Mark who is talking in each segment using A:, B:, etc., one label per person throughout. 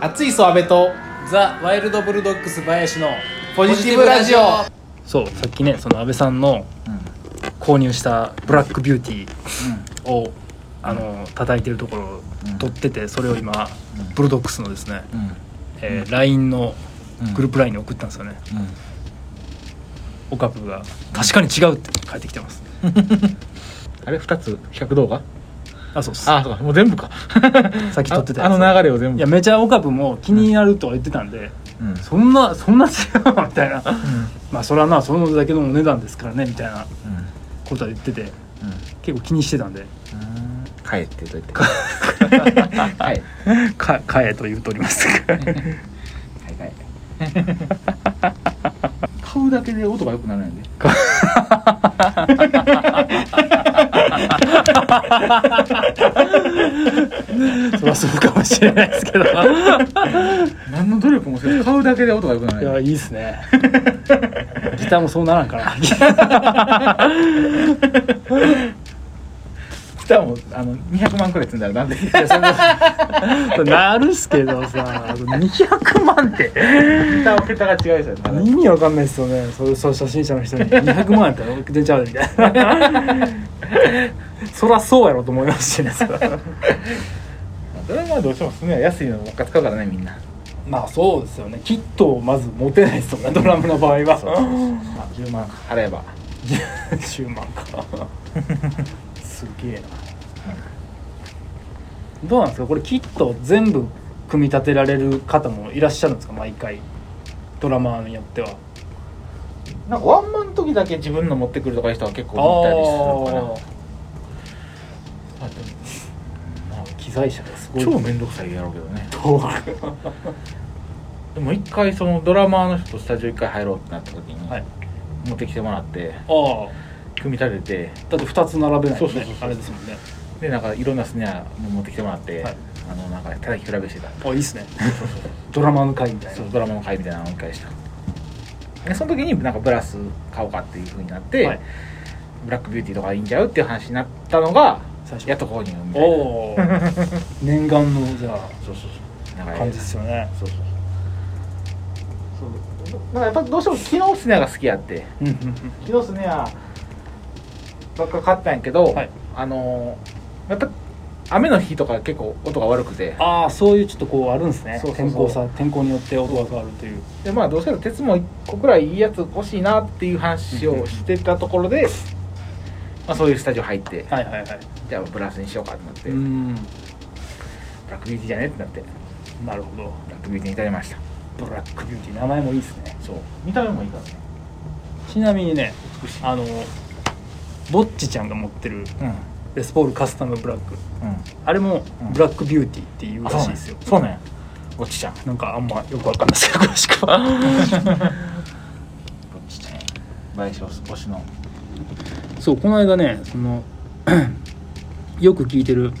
A: 熱い阿部と
B: ザ・ワイルド・ブルドッグス林の
A: ポジティブラジオ
B: そうさっきねその安倍さんの購入したブラックビューティーを、あの叩いてるところを
A: うん
B: 撮っててそれを今、
A: うん
B: ブルドックスのですね、
A: うん
B: えー LINE の
A: うん
B: グループ LINE に送ったんですよね、オカプが「確かに違う」って返ってきてます
C: あれ2つ比較動画
B: あそうっす
C: あそうかもう全部か
B: さっき撮ってたや
C: あ
B: つ
C: あの流れを全部
B: いやめちゃオカプも気になるとは言ってたんで、
C: うん
B: そんなそんな違うのみたいな
C: うん
B: まあそれはなそのだけのお値段ですからねみたいな
C: うんうん
B: ことは言ってて結構気にしてたん で
C: 帰ってと言 ってはい
B: か買えと言うとおりますが
C: はいはい買うだけで音が良くなるんやで
B: そりゃそうかもしれないです けどい
C: 何の努力もせず買うだけで音が良くなるんや
B: やいいですねギターもそうならんから
C: ギターもあの200万くらい積んだらなんで
B: なるっすけどさ200万って
C: 歌を桁が違うじゃんまだ
B: 意味わかんないっすよねそうそう初心者の人に200万やったら全然ちゃうでみた いなそりゃそうやろと思いますしねそら
C: それはまあどうしてもすんね安いのばっか使うからねみんな
B: まあそうですよねキットをまず持てないですもんねドラムの場合は
C: そうそうそうまあ10万払えば
B: 10万か すげえなどうなんですかこれキット全部組み立てられる方もいらっしゃるんですか毎回ドラマーによっては
C: なんかワンマンの時だけ自分の持ってくるとかいう人は結構いたりするのかなまあでも
B: あー機材車がすごい
C: 超面倒くさいやろうけどね
B: 遠い
C: でも一回そのドラマーの人とスタジオ一回入ろうってなった時に、
B: はい
C: 持ってきてもらって
B: あ
C: 組み立てて
B: あだって2つ並べない
C: そ
B: と
C: うそう
B: ね
C: そうそう
B: あれですもんね
C: でなんかいろんなスネアも持ってきてもらって、
B: はい
C: あのなんか叩き比べしてた
B: あいいっすね ドラマーの会みたい
C: そ
B: な
C: うドラマの回みたいなのを一回したでその時になんかブラス買おうかっていうふうになって、
B: はい
C: ブラックビューティーとかいいんちゃうっていう話になったのが
B: 最初
C: やっと購入みたいな
B: おお念願のじゃあ
C: そうそうそうなんか
B: 感じですよね
C: そうそうそうそうなんかやっぱどうしても機能スネアが好きやって
B: うんうんうん
C: キノスネアばっか買ったんやけど、
B: はい
C: あのーやっぱ雨の日とか結構音が悪くて
B: ああそういうちょっとこうあるんですね
C: そうそうそう
B: 天候さ天候によって音が変わるという
C: でまあどうせなら鉄も1個くらいいいやつ欲しいなっていう話をしてたところ で、まあ、そういうスタジオ入って
B: はいはいはい
C: じゃあブラスにしようかってなって、
B: うーん
C: ブラックビューティーじゃねってなってブ
B: なるほど
C: ラックビューティーに至りました
B: ブラックビューティー名前もいいですね
C: そう見た目もいいからね
B: ちなみにね
C: 美しい
B: あのぼっちちゃんが持って
C: う
B: る
C: んうん
B: レスポールカスタムブラックあれも
C: うん
B: ブラックビューティーっていう
C: あ
B: らしいですよ、
C: そうねおちち ゃん
B: なんかあんまよくわかんないですけど詳しくは
C: おちちゃん賠償少しの
B: そうこの間ねその よく聞いてる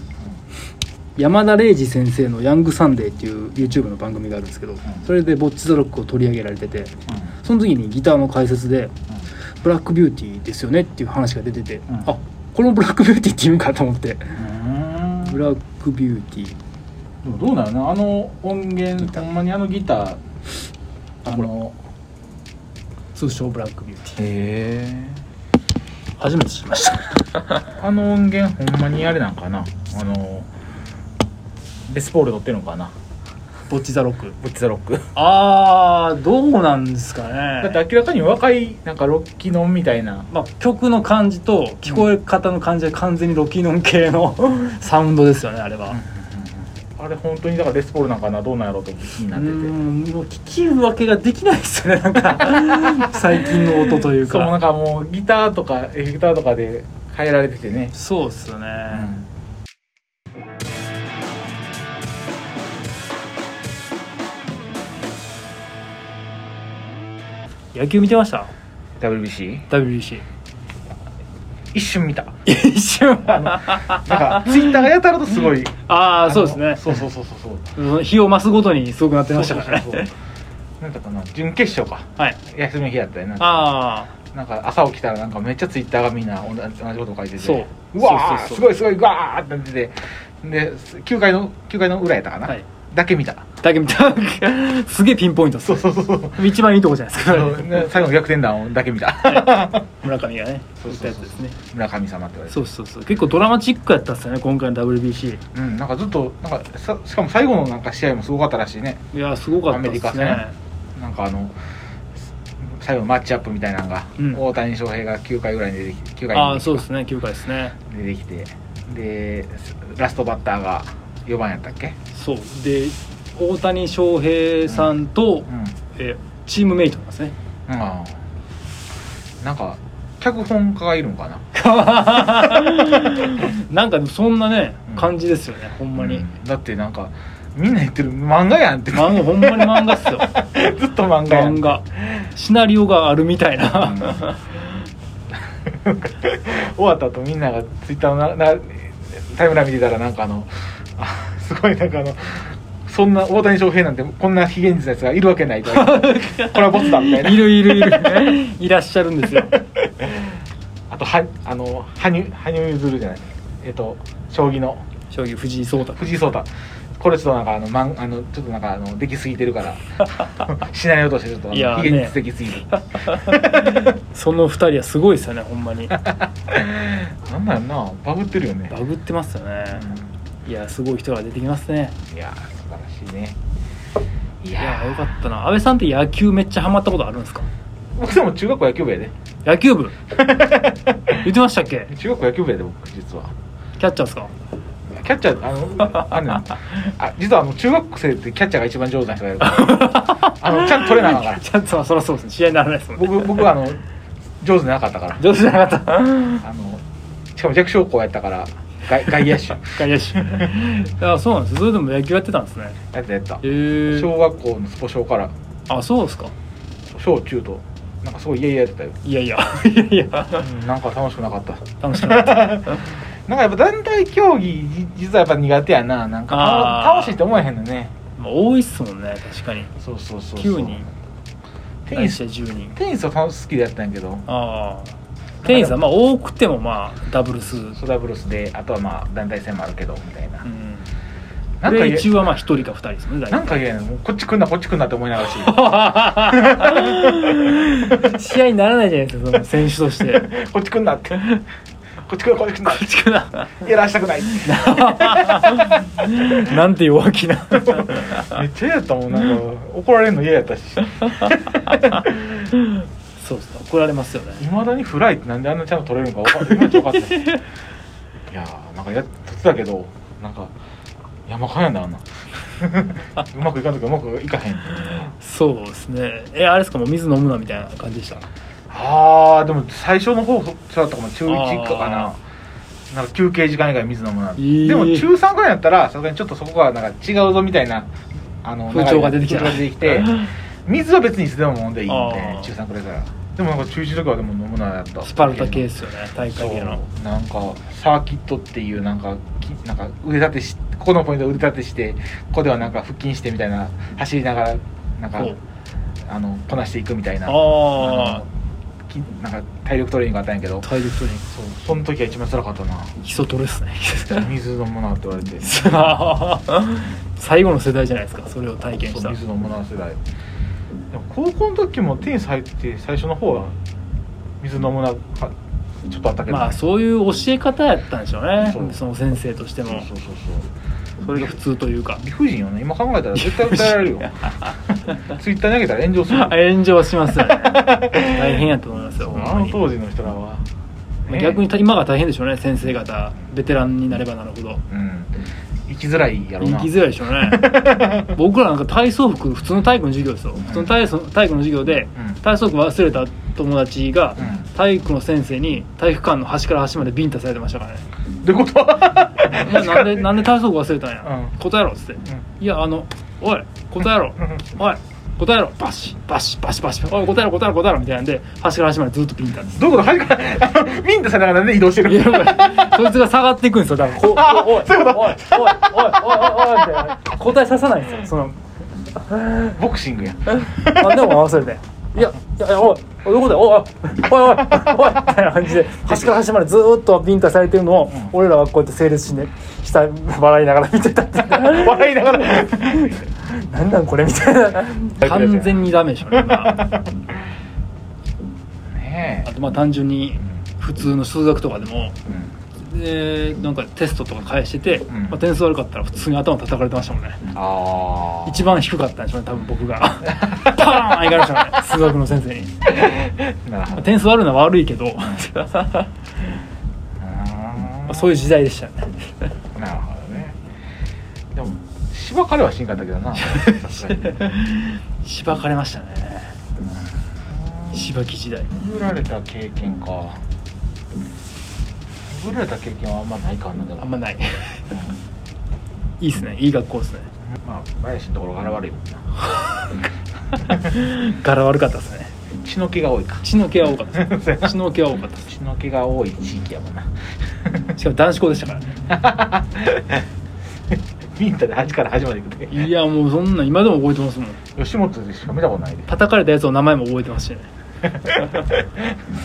B: 山田礼二先生の「ヤングサンデー」っていう YouTube の番組があるんですけど、それで「ボッチ・ザ・ロック」を取り上げられててその時にギターの解説で「ブラックビューティーですよね」っていう話が出てて、
C: ん
B: あこれもブラックビューティーって言うんかと思って
C: うん
B: ブラックビューティー
C: でもどうなるなあの音源
B: ギター
C: ほんまにあのギターあ
B: これ
C: の
B: 通称ブラックビューティー
C: へえ
B: 初めて知りました
C: あの音源ほんまにあれなんかなあのレスポール乗ってるのかな
B: ボッチ・ザ・ロック
C: ブッチザロック
B: あーどうなんですか
C: だ
B: ね
C: って明らかに若いなんかロッキーのみたいな
B: まあ、曲の感じと聞こえ方の感じは完全にロキノン系 のサウンドですよねあれは、
C: あれ本当にだからレスポールなんかなどうなんやろうと気に
B: う
C: な
B: ー
C: って
B: んもう聞き分けができないですよねなん か最近の音とい
C: て
B: う
C: そうなん
B: か
C: かもうギターとかエフェクターとかで変えられててね
B: そうっすよね、野球見てました
C: WBC
B: WBC
C: 一瞬見た
B: 一瞬
C: なんかツイッターがやたらとすごい
B: ああそうです
C: あ
B: ね
C: のそうそうそうそうそう
B: 日を増すごとにすごくなってましたからね
C: そうそうそうそうなんだかな準決勝か
B: はい
C: 休みの日やったよな
B: あ
C: なんか朝起きたらなんかめっちゃツイッターがみんな同じ同じこと書いてて
B: そう
C: わ
B: そ
C: ー
B: うそうそう
C: すごいすごいうわーってなっててで9回の9回の裏やったか
B: あ
C: な、
B: はい
C: だけ見た
B: だけ見たすげえピンポイントっす
C: そう
B: ね
C: そうそうそう
B: 一番いいとこじゃないです
C: あ
B: か
C: のね最後の逆転弾だけ見た
B: 村上がね
C: そう
B: 言っ
C: そう
B: たやつ
C: そう
B: ですね
C: 村神様って言われて
B: そうそうそう結構ドラマチックやったっすよね今回の WBC
C: うんなんかずっとなんかさしかも最後のなんか試合もすごかったらしいね
B: いやすごかった
C: アメ
B: で
C: リカ
B: す
C: 戦
B: ね
C: なんかあの最後のマッチアップみたいなのが、
B: うん
C: 大谷翔平が9回ぐらいに出てき9回
B: あ
C: に
B: あそうですね9回ですね
C: 出てきてでラストバッターが4番やったっけ、
B: そうで大谷翔平さんと、
C: うん
B: えーチームメイトなんで すね
C: ああなんか脚本家がいるんかな
B: なんかそんなね
C: うん
B: 感じですよね、ほんまに、
C: うんだってなんかみんな言ってる漫画やんって
B: 漫画ほんまに漫画っすよ
C: ずっと漫画やん
B: 漫画シナリオがあるみたいな、
C: 終わった後みんながツイッターのななタイムライン見てたらなんかあのあすごいなんかあのそんな大谷翔平なんてこんな非現実なやつがいるわけないとこ れはボツだみたいない
B: るいるいるいらっしゃるんですよ
C: あとはあの羽生羽生結弦じゃないえっと将棋の
B: 将棋藤井聡太
C: 藤井聡太これちょっとなんかあのマンあのちょっとなんかあのできすぎてるから シナリオとしてちょっとあの
B: いやー
C: 非
B: ね
C: 現実的すぎる
B: その2人はすごいですよねほんまにバ
C: なんだよなバグってるよね、
B: グってますよね
C: う
B: いやすごい人が出てきますね
C: んいやー素晴らしいねい
B: いや
C: ー
B: よかったな安倍さんって野球めっちゃハマったことあるんですか
C: 僕でも中学校野球部やで
B: 野 球部言ってましたっけ
C: 中学校野球部やで僕実は
B: キャッチャーですか
C: キャッチャーあのあんねんあ実はあの中学生ってキャッチャーが一番上手な人がいるから あのちゃんと取れなあかんから
B: キャッチャーはそりゃそうですね試合にならないですもんね
C: 僕僕はあの上手じゃなかったから
B: 上手じゃなかった
C: あのしかも弱小校やったから外外野手
B: 外野手あそうなんですそれでも野球やってたんですね
C: やったやった
B: へえ
C: 小学校のスポ少から
B: あそうですか
C: 小中となんかすごいイヤイヤやってたよ、
B: いやいや いやいや
C: なんか楽しくなかった
B: 楽しかった
C: なんかやっぱ団体競技じ実はやっぱ苦手やななんか
B: あー
C: 楽しいって思えへんのね
B: まあ多いっすもんね確かに
C: そうそうそうそう
B: 9人
C: テニ
B: 対
C: ス
B: して10人
C: テニスは楽し好きでやったんやけど
B: ああテニスはまあ多くてもまあダブルス、うん、
C: ソダブルスであとはまあ団体戦もあるけどみたいな、な
B: プ
C: んか
B: レイ
C: 嫌
B: 中はまあ1人か2人ですもんね大
C: なん
B: 体
C: か嫌やなもうこっち来んなこっち来んなって思いながら し
B: 試合にならないじゃないですかその選手として
C: こっち来んなってこっち来んなこっち来んな
B: こっちか
C: やらしたくない
B: ななんて弱気な
C: めっちゃ嫌やったもんなんか怒られるの嫌やったし
B: そうっすね怒られますよ
C: い
B: ね
C: まだにフライってなんであんなちゃんと取れるのか分かんない分かんないいやーなんかやっとってたけどなんか山かんやんだあんな うまくいかんときうまくいかへん
B: そうですねえあれですかもう水飲むなみたいな感じでした
C: あーでも最初の方そうだったかも中1か
B: あ
C: ななんか休憩時間以外水飲むな、
B: えー
C: でも中3ぐらいだったらさすがにちょっとそこがなんか違うぞみたいなあの
B: 風潮が出てきた
C: 風潮が出てきて 水は別にいつでも飲んでいいん
B: あ
C: で
B: ー
C: 中3くらいからでもなんか中1とかはでも飲むなやった
B: スパルタ系ですよね大会系の
C: そうなんかサーキットっていうなんかきなんか腕立てしここのポイント腕立てしてここではなんか腹筋してみたいな走りながらなんか
B: そう
C: あのこなしていくみたいな
B: ああ
C: のきなんか体力トレーニングがあったんやけど
B: 体力トレーニング
C: そうその時は一番辛かったな
B: 基礎トレっすね
C: 水飲むなって言われ て
B: 最後の世代じゃないですかそれを体験し
C: そ
B: た
C: う水飲むな世代でも高校の時もテニス入って最初の方は水飲むなかちょっとあったけど、
B: まあそういう教え方やったんでしょうね
C: そう
B: その先生としても
C: そうそうそうそう
B: それが普通というか
C: 理不尽よね今考えたら絶対訴えられるよツイッターに投げたら炎上するよ
B: 炎上しますよね大変やと思いますよ
C: そう
B: ほん
C: あ
B: ま
C: の
B: に
C: 当時の人らは、
B: まあ
C: ね
B: 逆に今が大変でしょうね先生方ベテランになればなるほど
C: うん生きづらいやろ
B: 生
C: な
B: きづらいでしょ うね僕らなんか体操服普通の体育の授業ですよ普通の体操体育の授業で
C: うん
B: 体操服忘れた友達が
C: うん
B: 体育の先生に体育館の端から端までビンタされてましたからね
C: どういうこと
B: 「お前 なんでなんで体操服忘れたんや、
C: うん
B: 答えろ」っつって「いやあのおい答えろおい答えろバシバシバシバシおい答えろ答えろ答えろ」みたいなんで端から端までずっとビンタです
C: どういうこと端からあのミントされながらね移動してる
B: いやお前そいつが下がっていくんですよだからこう
C: あ
B: おい
C: そういうこと
B: おいおいおいおいおいおいみたいな答えささないんですよそ の
C: ボクシングや
B: なんでも合わせるねいやいやいやおいおいどこだよおいおいおいおいおいみたいな感じで端から端までずーっとビンタされてるのを、俺らはこうやって整列し,、ね、した笑いながら見てたっていう
C: 笑いながら
D: なんなんこれみたいな
B: 完全にダメでしょ、ね、今
C: ね
B: あとまあ単純に普通の数学とかでも
C: え、うん
B: でなんかテストとか返し
C: ん
B: てて、まあ、点数悪かったら普通に頭叩かれてましたもんね
C: あ
B: 一番低かったんでしょうね多分僕がパーン上がりましたね数学の先生に、
C: あなるほ
B: まあ
C: ど
B: 点数悪いのは悪いけど
C: あ
B: ま
C: ー
B: あそういう時代でしたよね
C: なるほどねでもしばかれはしんかったけど なさすがに
B: しばかれましたねしばき時代
C: 殴られた経験か殴られた経験はあんまないかなでも
B: あんまないいいっすねいい学校っすね
C: まあ林のところ柄悪いもんな
B: 柄悪かったっすね
C: 血の気が多いか
B: 血の気は多かったっすね血の気は多かったっす
C: 血の気が多い地域やもんな
B: しかも男子校でしたからね
C: ミンタで端から端まで行くで
B: いやもうそんなん今でも覚えてますもん
C: 吉本でしか見たことないで
B: 叩かれたやつの名前も覚えてますしね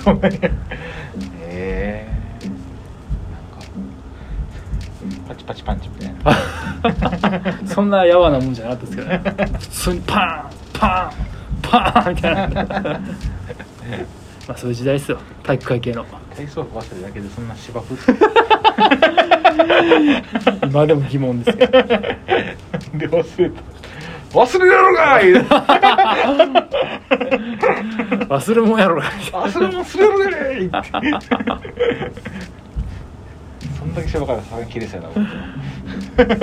C: そうねえーなんかパチパチパンチみたいな
B: そんなやわなもんじゃなかったですけどね普通にパーンパーンパーンみたいなまあそういう時代ですよ体育会系の
C: 体操服忘れるだけでそんな芝生
B: 今でも疑問ですけど
C: で忘れた忘れろかい
B: 忘れもんやろが
C: 忘れも忘れろかいってそんだけ芝からさ切れそうやな思って